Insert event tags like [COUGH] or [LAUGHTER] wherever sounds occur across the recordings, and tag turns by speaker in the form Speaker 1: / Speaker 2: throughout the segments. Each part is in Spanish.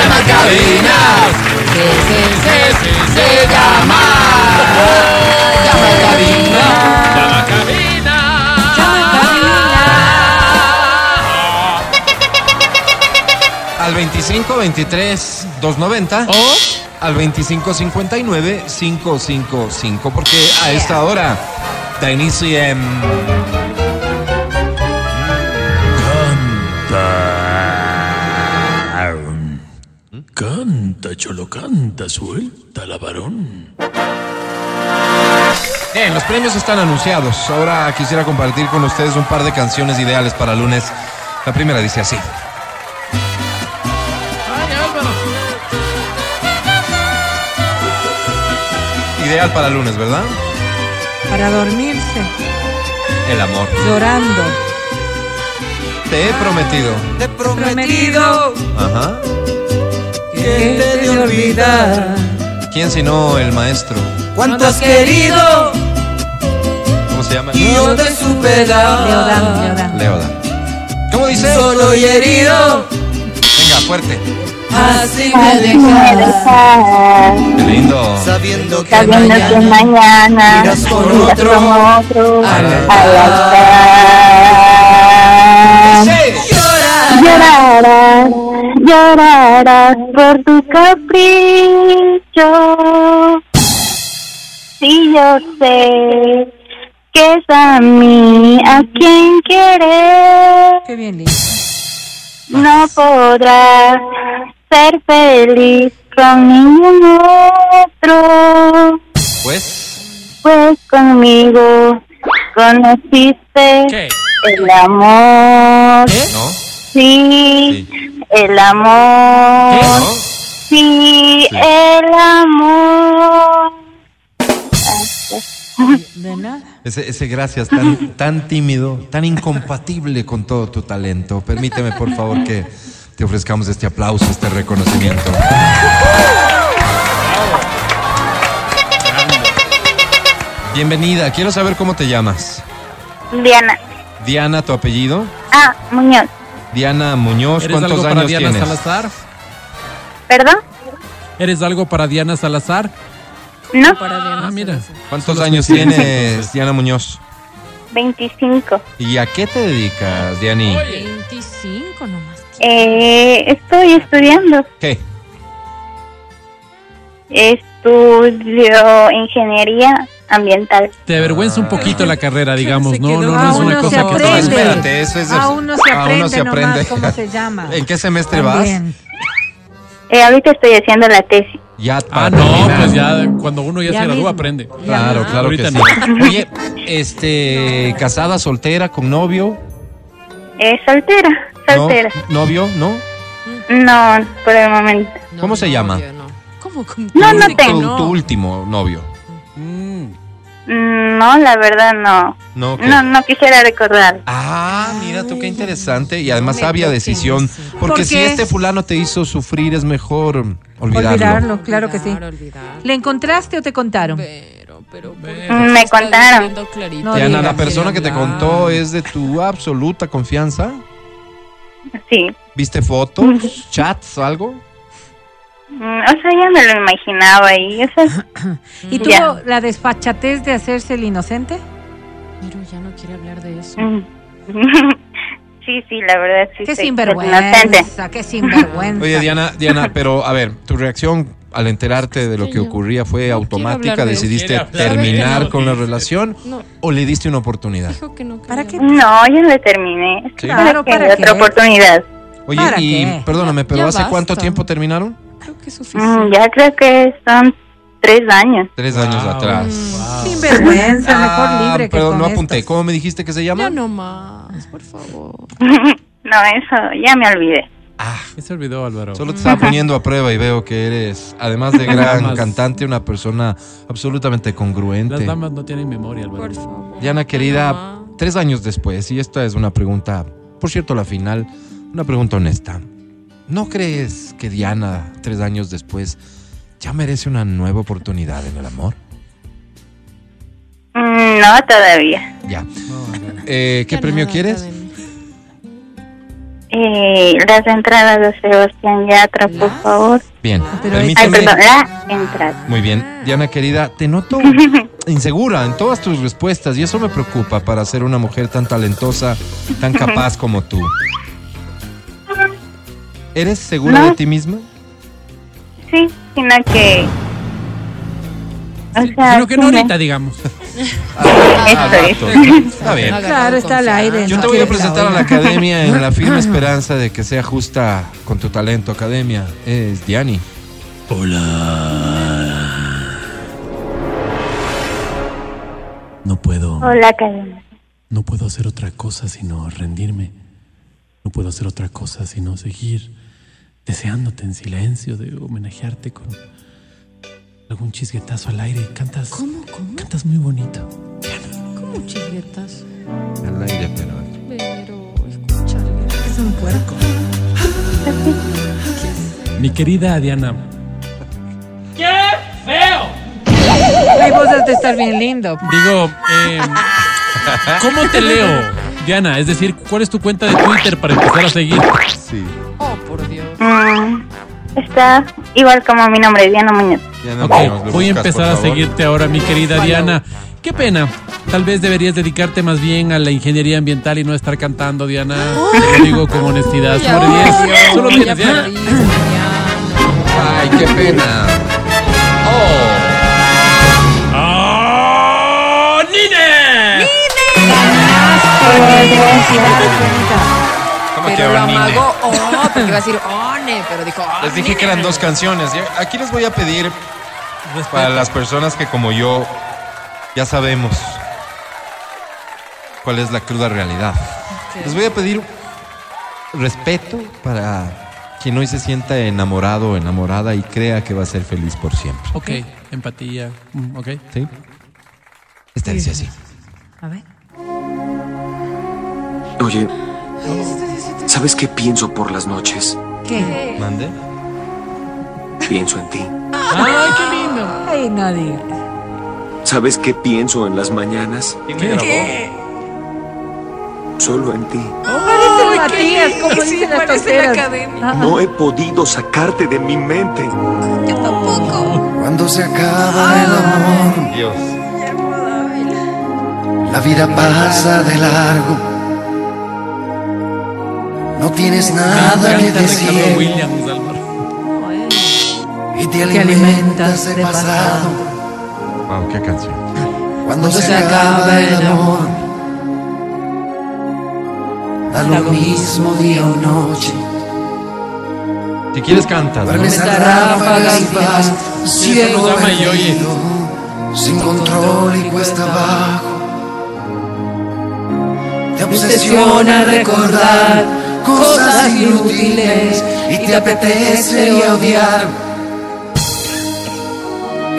Speaker 1: cabina. Se, se, se, se, se llama. Llama a cabina.
Speaker 2: Llama a cabina.
Speaker 1: Al 25 23 290.
Speaker 2: O
Speaker 1: Al 25 59 555. Porque a esta hora da inicio en.
Speaker 3: Canta, cholo, canta, suelta la varón.
Speaker 1: Bien, los premios están anunciados. Ahora quisiera compartir con ustedes un par de canciones ideales para lunes. La primera dice así. Ideal para lunes, ¿verdad?
Speaker 4: Para dormirse,
Speaker 1: El amor.
Speaker 4: llorando.
Speaker 1: Te he prometido.
Speaker 5: Te
Speaker 4: Prometido
Speaker 1: Ajá.
Speaker 4: que te de olvidar.
Speaker 1: ¿Quién sino el maestro?
Speaker 5: cuánto has
Speaker 4: querido
Speaker 1: ¿Cómo se llama?
Speaker 5: Y yo te
Speaker 4: Leodán,
Speaker 5: superar.
Speaker 4: Leodán.
Speaker 1: Leoda. ¿Cómo dice?
Speaker 5: Solo y herido,
Speaker 1: Venga, fuerte.
Speaker 5: así me dejarás.
Speaker 1: Qué lindo.
Speaker 5: Sabiendo que
Speaker 6: Sabiendo que
Speaker 5: mañana
Speaker 6: mañana
Speaker 5: irás con
Speaker 6: irás
Speaker 5: otro
Speaker 6: con otro
Speaker 5: al
Speaker 6: al altar.
Speaker 5: llorarás.
Speaker 6: Llorarás, llorarás por tu capricho. Si yo sé que es a mí a quien quieres.
Speaker 4: Qué bien lindo.
Speaker 6: No podrás ser feliz con ningún otro,
Speaker 1: Pues.
Speaker 6: pues conmigo conociste
Speaker 2: ¿Qué?
Speaker 6: el amor.
Speaker 1: ¿No?
Speaker 6: Sí, el amor.
Speaker 1: ¿No?
Speaker 6: Sí, el amor. Gracias.
Speaker 4: De nada.
Speaker 1: Ese, ese gracias tan, tan tímido, tan incompatible con todo tu talento. Permíteme, por favor, que te ofrezcamos este aplauso, este reconocimiento. Bienvenida, quiero saber cómo te llamas.
Speaker 6: Diana.
Speaker 1: Diana, tu apellido.
Speaker 6: Ah, Muñoz.
Speaker 1: Diana Muñoz,
Speaker 2: ¿Eres algo
Speaker 1: ¿cuántos
Speaker 2: para
Speaker 1: años
Speaker 2: Diana
Speaker 1: tienes?
Speaker 2: Salazar?
Speaker 6: ¿Perdón?
Speaker 2: ¿Eres algo para Diana Salazar?
Speaker 6: No,
Speaker 4: Para Diana.
Speaker 2: Ah, mira.
Speaker 1: ¿Cuántos años tienes, Diana Muñoz?
Speaker 6: 25.
Speaker 1: ¿Y a qué te dedicas, Diani?
Speaker 4: 25 nomás.
Speaker 6: Eh, estoy estudiando.
Speaker 1: ¿Qué?
Speaker 6: Estudio ingeniería ambiental.
Speaker 2: Te avergüenza un poquito la carrera, digamos,
Speaker 4: Se
Speaker 2: ¿no?
Speaker 4: quedó-
Speaker 2: No,
Speaker 4: Ah,
Speaker 2: no es una
Speaker 4: uno se
Speaker 2: cosa que
Speaker 4: aprende.
Speaker 1: Espérate, eso es.
Speaker 4: A uno se
Speaker 1: a uno
Speaker 4: aprende,
Speaker 1: se aprende.
Speaker 4: nomás cómo se llama.
Speaker 1: ¿En qué semestre vas?
Speaker 4: También.
Speaker 6: Eh, ahorita estoy haciendo la tesis.
Speaker 1: Ya para
Speaker 2: Ah, no,
Speaker 1: terminar.
Speaker 2: pues ya cuando uno ya,
Speaker 4: Ya
Speaker 2: se
Speaker 4: mismo.
Speaker 2: gradúa aprende.
Speaker 1: Claro,
Speaker 4: Ya.
Speaker 1: claro que
Speaker 2: Ahorita
Speaker 1: sí. Oye, este, casada, soltera, con novio.
Speaker 6: Eh, soltera,
Speaker 1: ¿No?
Speaker 6: soltera.
Speaker 1: ¿Novio? ¿No?
Speaker 6: No, por el momento.
Speaker 1: ¿Cómo se llama?
Speaker 4: ¿Cómo? ¿Cómo?
Speaker 6: No, no
Speaker 4: Dice que
Speaker 1: Tu,
Speaker 6: tengo.
Speaker 1: tu último novio.
Speaker 2: Mm.
Speaker 6: Mm, No, la verdad no.
Speaker 1: No, ok.
Speaker 6: No, no quisiera recordar.
Speaker 1: Ah, mira tú qué interesante y además
Speaker 4: me
Speaker 1: sabia
Speaker 4: toques,
Speaker 1: decisión.
Speaker 4: sí.
Speaker 1: Porque
Speaker 4: ¿Por
Speaker 1: si
Speaker 4: qué?
Speaker 1: este fulano te hizo sufrir es mejor olvidarlo.
Speaker 4: Olvidarlo, claro que sí. ¿Le encontraste o te contaron?
Speaker 7: Pero, pero, ¿por qué
Speaker 2: Pero-
Speaker 7: no
Speaker 6: Me
Speaker 7: estás
Speaker 6: contaron.
Speaker 7: diciendo clarito?
Speaker 4: Mm, No
Speaker 1: Diana,
Speaker 4: digas,
Speaker 1: la persona que te
Speaker 7: hablar.
Speaker 1: contó es de tu absoluta confianza.
Speaker 6: Sí.
Speaker 1: ¿Viste fotos, chats, algo?
Speaker 6: Mm, O sea, ya me lo imaginaba y o sea,
Speaker 4: ¿Y tuvo
Speaker 6: Ya.
Speaker 4: la desfachatez de hacerse el inocente?
Speaker 7: Pero ya no quiere hablar de eso.
Speaker 6: mm. [LAUGHS] sí, sí, la verdad sí.
Speaker 4: Qué
Speaker 6: soy inocente.
Speaker 4: sinvergüenza, qué sinvergüenza.
Speaker 1: Oye, Diana,
Speaker 7: [LAUGHS]
Speaker 1: Diana, pero a ver, tu reacción al enterarte de lo
Speaker 7: que
Speaker 1: que
Speaker 7: yo
Speaker 1: ocurría fue
Speaker 7: no quiero
Speaker 1: automática,
Speaker 7: hablar de
Speaker 1: decidiste
Speaker 2: eso. Quiere
Speaker 7: hablar.
Speaker 1: terminar
Speaker 7: ¿Sabe
Speaker 2: que
Speaker 1: con la
Speaker 2: no?
Speaker 1: relación
Speaker 7: No,
Speaker 1: o le diste una oportunidad.
Speaker 7: dijo que no.
Speaker 4: ¿Para
Speaker 7: quería
Speaker 4: qué?
Speaker 6: No, ya le terminé. Es que
Speaker 4: Claro,
Speaker 6: creo que
Speaker 4: ¿para
Speaker 6: hay
Speaker 4: qué?
Speaker 6: otra oportunidad.
Speaker 1: Oye,
Speaker 4: ¿Para
Speaker 1: y
Speaker 4: qué?
Speaker 1: perdóname,
Speaker 7: Ya-
Speaker 1: pero
Speaker 7: ya
Speaker 1: ¿hace cuánto
Speaker 7: basta.
Speaker 1: tiempo terminaron?
Speaker 7: hablar. Creo que es
Speaker 6: Mm,
Speaker 7: suficiente.
Speaker 6: Ya creo que son tres años. [LAUGHS]
Speaker 1: Tres años
Speaker 2: Wow.
Speaker 7: Mm,
Speaker 1: atrás.
Speaker 4: Sinvergüenza, mejor
Speaker 1: Ah,
Speaker 4: libre que
Speaker 1: perdón,
Speaker 4: con
Speaker 1: no apunté.
Speaker 4: estos.
Speaker 1: ¿Cómo me dijiste que se llama?
Speaker 7: Ya no más, por favor.
Speaker 6: no, eso ya me olvidé.
Speaker 1: Ah,
Speaker 2: Ya Se olvidó, Álvaro.
Speaker 1: solo te estaba poniendo a prueba y veo que eres, además de gran
Speaker 2: Damas.
Speaker 1: cantante, una persona absolutamente
Speaker 2: Las
Speaker 1: congruente.
Speaker 2: damas no tienen memoria, Álvaro.
Speaker 7: Por favor.
Speaker 1: Diana querida,
Speaker 7: Mamá.
Speaker 1: tres años después, y esta es una pregunta, por cierto, la final, una pregunta honesta. ¿No crees que Diana, tres años después, ya merece una nueva oportunidad en el amor?
Speaker 6: Mm, No, todavía.
Speaker 1: Ya. Eh, ¿Qué
Speaker 7: Ya [LAUGHS]
Speaker 1: premio
Speaker 7: nada,
Speaker 1: quieres?
Speaker 7: Academia.
Speaker 6: eh, las entradas de Sebastián Yatra, por
Speaker 7: Las-
Speaker 6: favor.
Speaker 1: Bien,
Speaker 4: Pero
Speaker 6: Ay,
Speaker 1: permíteme.
Speaker 6: perdón, la entrada.
Speaker 1: Muy bien, Diana querida, te noto insegura en todas tus respuestas y eso me preocupa para ser una mujer tan talentosa, tan capaz como tú. ¿Eres segura
Speaker 6: No.
Speaker 1: de ti misma?
Speaker 6: Sí, sino que... O sea,
Speaker 2: Creo que no
Speaker 6: sí me-
Speaker 2: ahorita, digamos.
Speaker 1: Ah,
Speaker 6: Eso es.
Speaker 1: al rato. Está
Speaker 7: [LAUGHS]
Speaker 1: bien.
Speaker 4: Claro, está al aire.
Speaker 1: Yo
Speaker 4: no
Speaker 1: te voy a
Speaker 4: quiere
Speaker 1: presentar a
Speaker 4: oiga.
Speaker 1: la academia en
Speaker 4: [LAUGHS]
Speaker 1: la firme esperanza de que sea justa con tu talento, academia. Es Diani.
Speaker 3: Hola. No puedo.
Speaker 6: Hola, Cadena.
Speaker 3: No puedo hacer otra cosa sino rendirme. No puedo hacer otra cosa sino seguir deseándote en silencio, de homenajearte con algún chisguetazo al aire. Cantas.
Speaker 7: ¿Cómo, cómo?
Speaker 3: Cantas muy bonito.
Speaker 7: ¿Cómo chisguetas?
Speaker 1: Al aire, pero.
Speaker 7: Pero, escúchale.
Speaker 3: Mi querida Diana,
Speaker 4: Hay voces de estar bien lindo.
Speaker 2: Digo, eh,
Speaker 3: em,
Speaker 7: [LAUGHS]
Speaker 2: ¿cómo te leo, Diana? Es decir, ¿cuál es tu cuenta de Twitter para empezar a seguir?
Speaker 1: Sí.
Speaker 7: Oh, por Dios.
Speaker 6: Mm, está igual como mi nombre, Diana Muñoz.
Speaker 1: Diana,
Speaker 2: Ok,
Speaker 1: vamos, lo
Speaker 2: voy a
Speaker 1: buscas,
Speaker 2: empezar a
Speaker 1: por favor.
Speaker 2: seguirte ahora, mi querida Diana. Qué pena. Tal vez deberías dedicarte más bien a la ingeniería ambiental y no estar cantando, Diana. Te lo digo con honestidad.
Speaker 7: Ya,
Speaker 2: Sobre 10.
Speaker 7: Dios,
Speaker 2: Solo
Speaker 7: ya
Speaker 2: tienes, Diana.
Speaker 7: perdiste, Diana.
Speaker 1: Ay, qué pena.
Speaker 2: ¡Oh, Nine!
Speaker 1: ¿Cómo que
Speaker 7: Pero lo
Speaker 1: Onine?
Speaker 7: amagó, oh, porque iba a decir one, pero dijo
Speaker 1: Les dije que eran dos canciones. Ya- Aquí les voy a pedir para las personas que como yo ya sabemos cuál es la cruda realidad. Les voy a pedir respeto para quien hoy se sienta enamorado o enamorada y crea que va a ser feliz por siempre.
Speaker 2: Ok, empatía. Mm, Ok.
Speaker 1: ¿Sí? Esta dice así.
Speaker 4: A ver.
Speaker 8: Oye, ¿sabes qué pienso por las noches?
Speaker 4: ¿Qué?
Speaker 1: ¿Mande?
Speaker 8: Pienso en ti.
Speaker 2: ¡Ay, qué lindo!
Speaker 4: Ay, no digas.
Speaker 8: ¿Sabes qué pienso en las mañanas? Solo en ti.
Speaker 4: Parece Matías, como
Speaker 7: Sí,
Speaker 4: dicen las
Speaker 7: parece la
Speaker 4: tonteras.
Speaker 7: academia.
Speaker 4: Ajá.
Speaker 8: No he podido sacarte de mi mente.
Speaker 7: Yo tampoco.
Speaker 9: Cuando se acaba el amor,
Speaker 1: Dios.
Speaker 9: la vida pasa de largo. No tienes nada que
Speaker 2: Canta Ricardo
Speaker 9: decir
Speaker 2: Williams, Álvaro.
Speaker 9: y te
Speaker 4: Te alimentas
Speaker 9: alimentas de
Speaker 4: de
Speaker 9: pasado.
Speaker 1: Wow, qué canción.
Speaker 9: Cuando se acaba el amor, da lo mismo día o noche.
Speaker 1: Si quieres cantas, ¿no?
Speaker 9: Duermes a ráfagas y vas ciego
Speaker 2: llama y oye.
Speaker 9: perdido, sin control y cuesta abajo. Te obsesiona recordar cosas inútiles y te apetece odiar.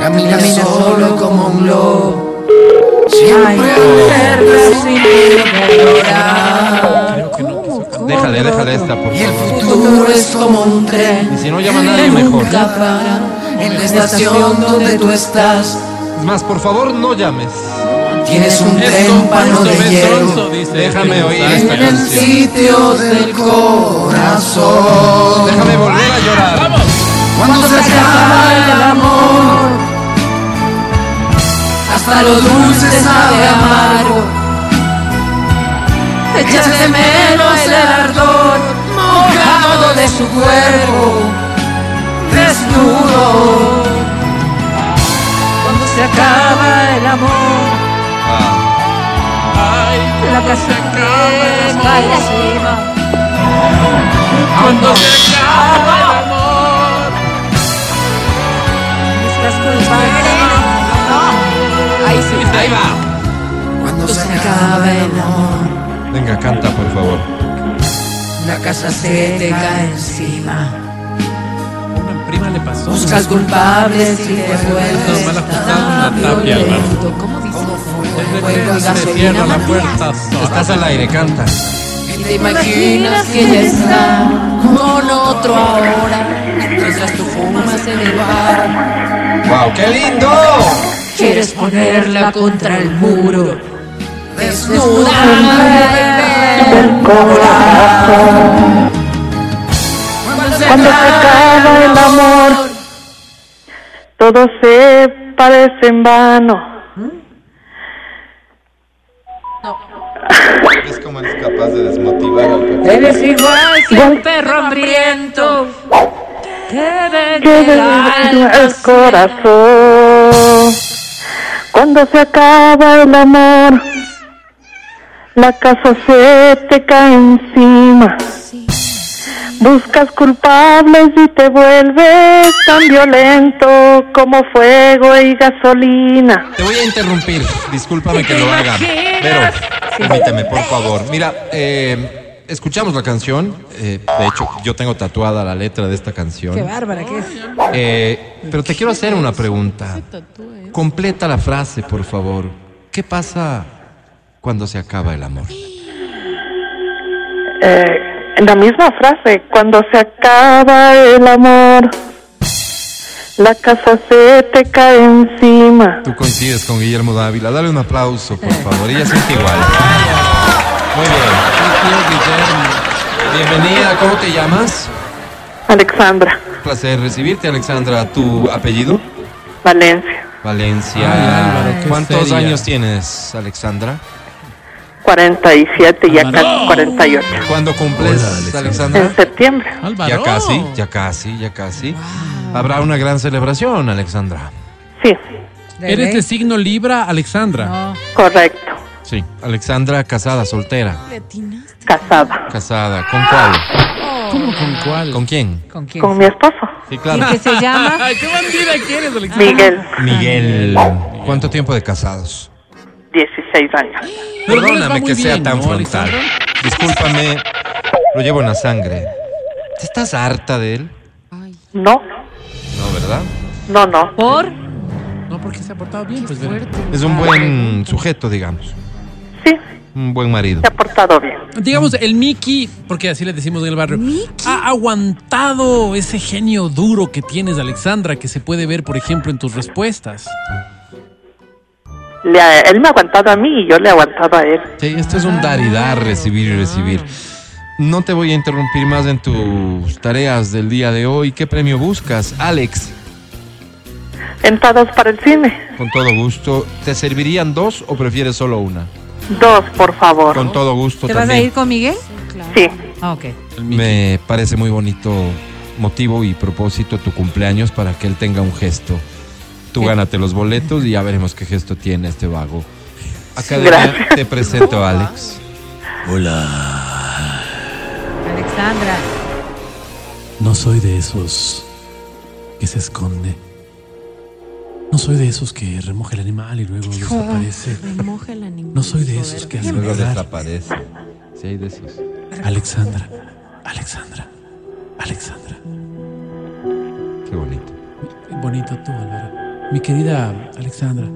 Speaker 9: Camina solo como un lobo,
Speaker 4: Ay,
Speaker 9: siempre
Speaker 4: perra, sí,
Speaker 2: Creo que no.
Speaker 1: Déjale, déjale esta, por
Speaker 9: y el
Speaker 1: favor.
Speaker 9: futuro es como un tren.
Speaker 1: Y si no llama nadie, mejor.
Speaker 9: Nunca para en la estación donde tú estás.
Speaker 1: Es más, por favor, no llames.
Speaker 9: Tienes un témpano de hierro
Speaker 1: Déjame oír
Speaker 9: en
Speaker 1: esta
Speaker 9: el
Speaker 1: canción.
Speaker 9: sitio del corazón.
Speaker 1: Déjame volver a llorar.
Speaker 9: Cuando se acaba el amor, hasta lo dulce sabe amargo. Echas de menos el ardor mojado de su cuerpo, desnudo.
Speaker 4: Cuando se acaba el amor,
Speaker 1: Ah,
Speaker 4: la casa que cae encima. Cuando se acaba el amor, estás culpando.
Speaker 7: Ahí sí. Ahí va.
Speaker 9: Cuando se acaba el amor,
Speaker 1: venga, canta, por favor.
Speaker 9: la casa se te cae encima.
Speaker 2: Una prima le pasó.
Speaker 9: Buscas culpables y te
Speaker 2: Nos mal
Speaker 9: vuelves
Speaker 2: ajustado
Speaker 9: tan
Speaker 2: una tapia,
Speaker 9: violento.
Speaker 2: Álvaro.
Speaker 7: ¿Cómo
Speaker 9: Como
Speaker 7: dices?
Speaker 9: fuego, fuego y
Speaker 2: Me
Speaker 9: gasolina.
Speaker 2: cierro la puerta.
Speaker 1: Estás al aire, canta.
Speaker 9: Y te imaginas que ya está con otro ahora. Mientras tú fumas en el bar,
Speaker 1: ¡Wow, qué lindo!
Speaker 9: quieres ponerla contra el muro. Desnuda,
Speaker 10: todo se parece en vano.
Speaker 11: ¿Ves cómo eres capaz de desmotivar al papá?
Speaker 5: Eres igual que un perro
Speaker 4: hambriento.
Speaker 5: Te
Speaker 10: Que
Speaker 5: vende el
Speaker 10: desgarra
Speaker 5: alma.
Speaker 10: el corazón. Cuando se acaba el amor, la casa se te cae encima. Buscas culpables y te vuelves tan violento como fuego y gasolina.
Speaker 1: Te voy a interrumpir, discúlpame que lo haga. Pero, permíteme, por favor. Mira, eh, escuchamos la canción. eh, de hecho, yo tengo tatuada la letra de esta
Speaker 4: Qué
Speaker 1: canción.
Speaker 4: bárbara que es.
Speaker 1: Eh, pero te quiero hacer una pregunta. Completa la frase, por favor. ¿Qué pasa cuando se acaba el amor?
Speaker 10: Eh, en la misma frase, cuando se acaba el amor, la casa se te cae encima.
Speaker 1: Tú coincides con Guillermo Dávila. Dale un aplauso, por favor. Ella siente igual. Muy bien. Bienvenida. ¿Cómo te llamas?
Speaker 10: Alexandra,
Speaker 1: Un placer recibirte, Alexandra. ¿Tu apellido?
Speaker 10: Valencia,
Speaker 1: Valencia.
Speaker 2: Ay, Álvaro, qué
Speaker 1: ¿Cuántos
Speaker 2: seria.
Speaker 1: años tienes, Alexandra?
Speaker 10: 47 y ya casi 48.
Speaker 1: ¿Cuándo cumples, Alexandra?
Speaker 10: En septiembre.
Speaker 1: Ya casi, ya casi, ya casi. Habrá una gran celebración, Alexandra.
Speaker 10: Sí,
Speaker 2: ¿Eres de signo Libra, Alexandra?
Speaker 10: correcto.
Speaker 1: Sí. Alexandra, casada, soltera.
Speaker 10: Casada
Speaker 1: Casada. ¿Con cuál?
Speaker 2: ¿Cómo con cuál?
Speaker 1: ¿Con quién?
Speaker 4: ¿Con quién?
Speaker 10: con mi esposo,
Speaker 1: Sí,
Speaker 4: ¿Y que se llama?
Speaker 2: Ay, qué bandida que eres, Alexandra.
Speaker 10: Miguel,
Speaker 1: Miguel. ¿Cuánto tiempo de casados?
Speaker 10: 16 años.
Speaker 2: Pero no les va
Speaker 1: Perdóname
Speaker 2: muy
Speaker 1: que sea
Speaker 2: bien,
Speaker 1: tan
Speaker 2: ¿no,
Speaker 1: frontal. Discúlpame, lo llevo en la sangre. ¿Te estás harta de él?
Speaker 10: No,
Speaker 1: No, ¿verdad?
Speaker 10: no, no.
Speaker 4: ¿Por?
Speaker 2: No, porque se ha portado bien, pues verá.
Speaker 1: Es un buen sujeto, digamos.
Speaker 10: Sí,
Speaker 1: Un buen marido.
Speaker 10: se ha portado bien.
Speaker 2: Digamos, el Mickey, porque así le decimos en el barrio, ha aguantado ese genio duro que tienes, Alexandra, que se puede ver, por ejemplo, en tus respuestas.
Speaker 10: Le ha- él me ha aguantado a mí y yo le he aguantado a él.
Speaker 1: Sí, esto es un dar y dar, recibir y recibir. No te voy a interrumpir más en tus tareas del día de hoy. ¿Qué premio buscas, Alex?
Speaker 10: Entradas para el cine.
Speaker 1: Con todo gusto. ¿Te servirían dos o prefieres solo una?
Speaker 10: Dos, por favor.
Speaker 1: Con todo gusto
Speaker 4: ¿Te vas a
Speaker 1: también.
Speaker 4: ir con Miguel?
Speaker 10: Sí,
Speaker 4: Ah, ok.
Speaker 1: Me parece muy bonito motivo y propósito tu cumpleaños para que él tenga un gesto. Tú gánate los boletos y ya veremos qué gesto tiene este vago. Academia, te presento a Alex.
Speaker 4: Alexandra.
Speaker 3: No soy de esos que se esconde. No soy de esos que remoja el animal y luego desaparece.
Speaker 9: Remoja el animal.
Speaker 3: No soy de esos que hacen
Speaker 1: Luego
Speaker 3: verdad.
Speaker 1: desaparece. Sí, hay de esos.
Speaker 3: Alexandra, Alexandra, Alexandra.
Speaker 1: Qué bonito.
Speaker 3: Bonito tú, Álvaro. Mi querida Alexandra.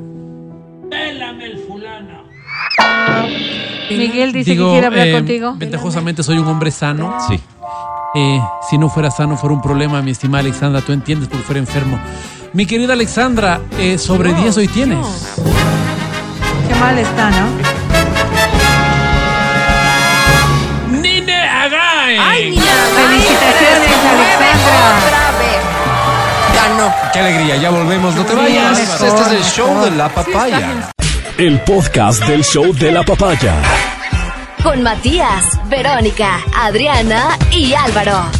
Speaker 4: Miguel dice
Speaker 2: Digo,
Speaker 4: que quiere hablar
Speaker 2: eh,
Speaker 4: contigo.
Speaker 2: Ventajosamente soy un hombre sano.
Speaker 1: Sí.
Speaker 2: Eh, si no fuera sano, fuera un problema, mi estimada Alexandra. Tú entiendes porque fuera enfermo. Mi querida Alexandra, eh, sobre 10 hoy tienes.
Speaker 4: Qué mal está, ¿no?
Speaker 2: ¡Nine Agae!
Speaker 7: Ay, mira.
Speaker 4: Felicitaciones, Alexandra.
Speaker 7: Otra vez.
Speaker 1: Ganó. Qué alegría, ya volvemos. No te vayas. Este es el show de la papaya.
Speaker 12: El podcast del show de la papaya.
Speaker 13: Con Matías, Verónica, Adriana y Álvaro.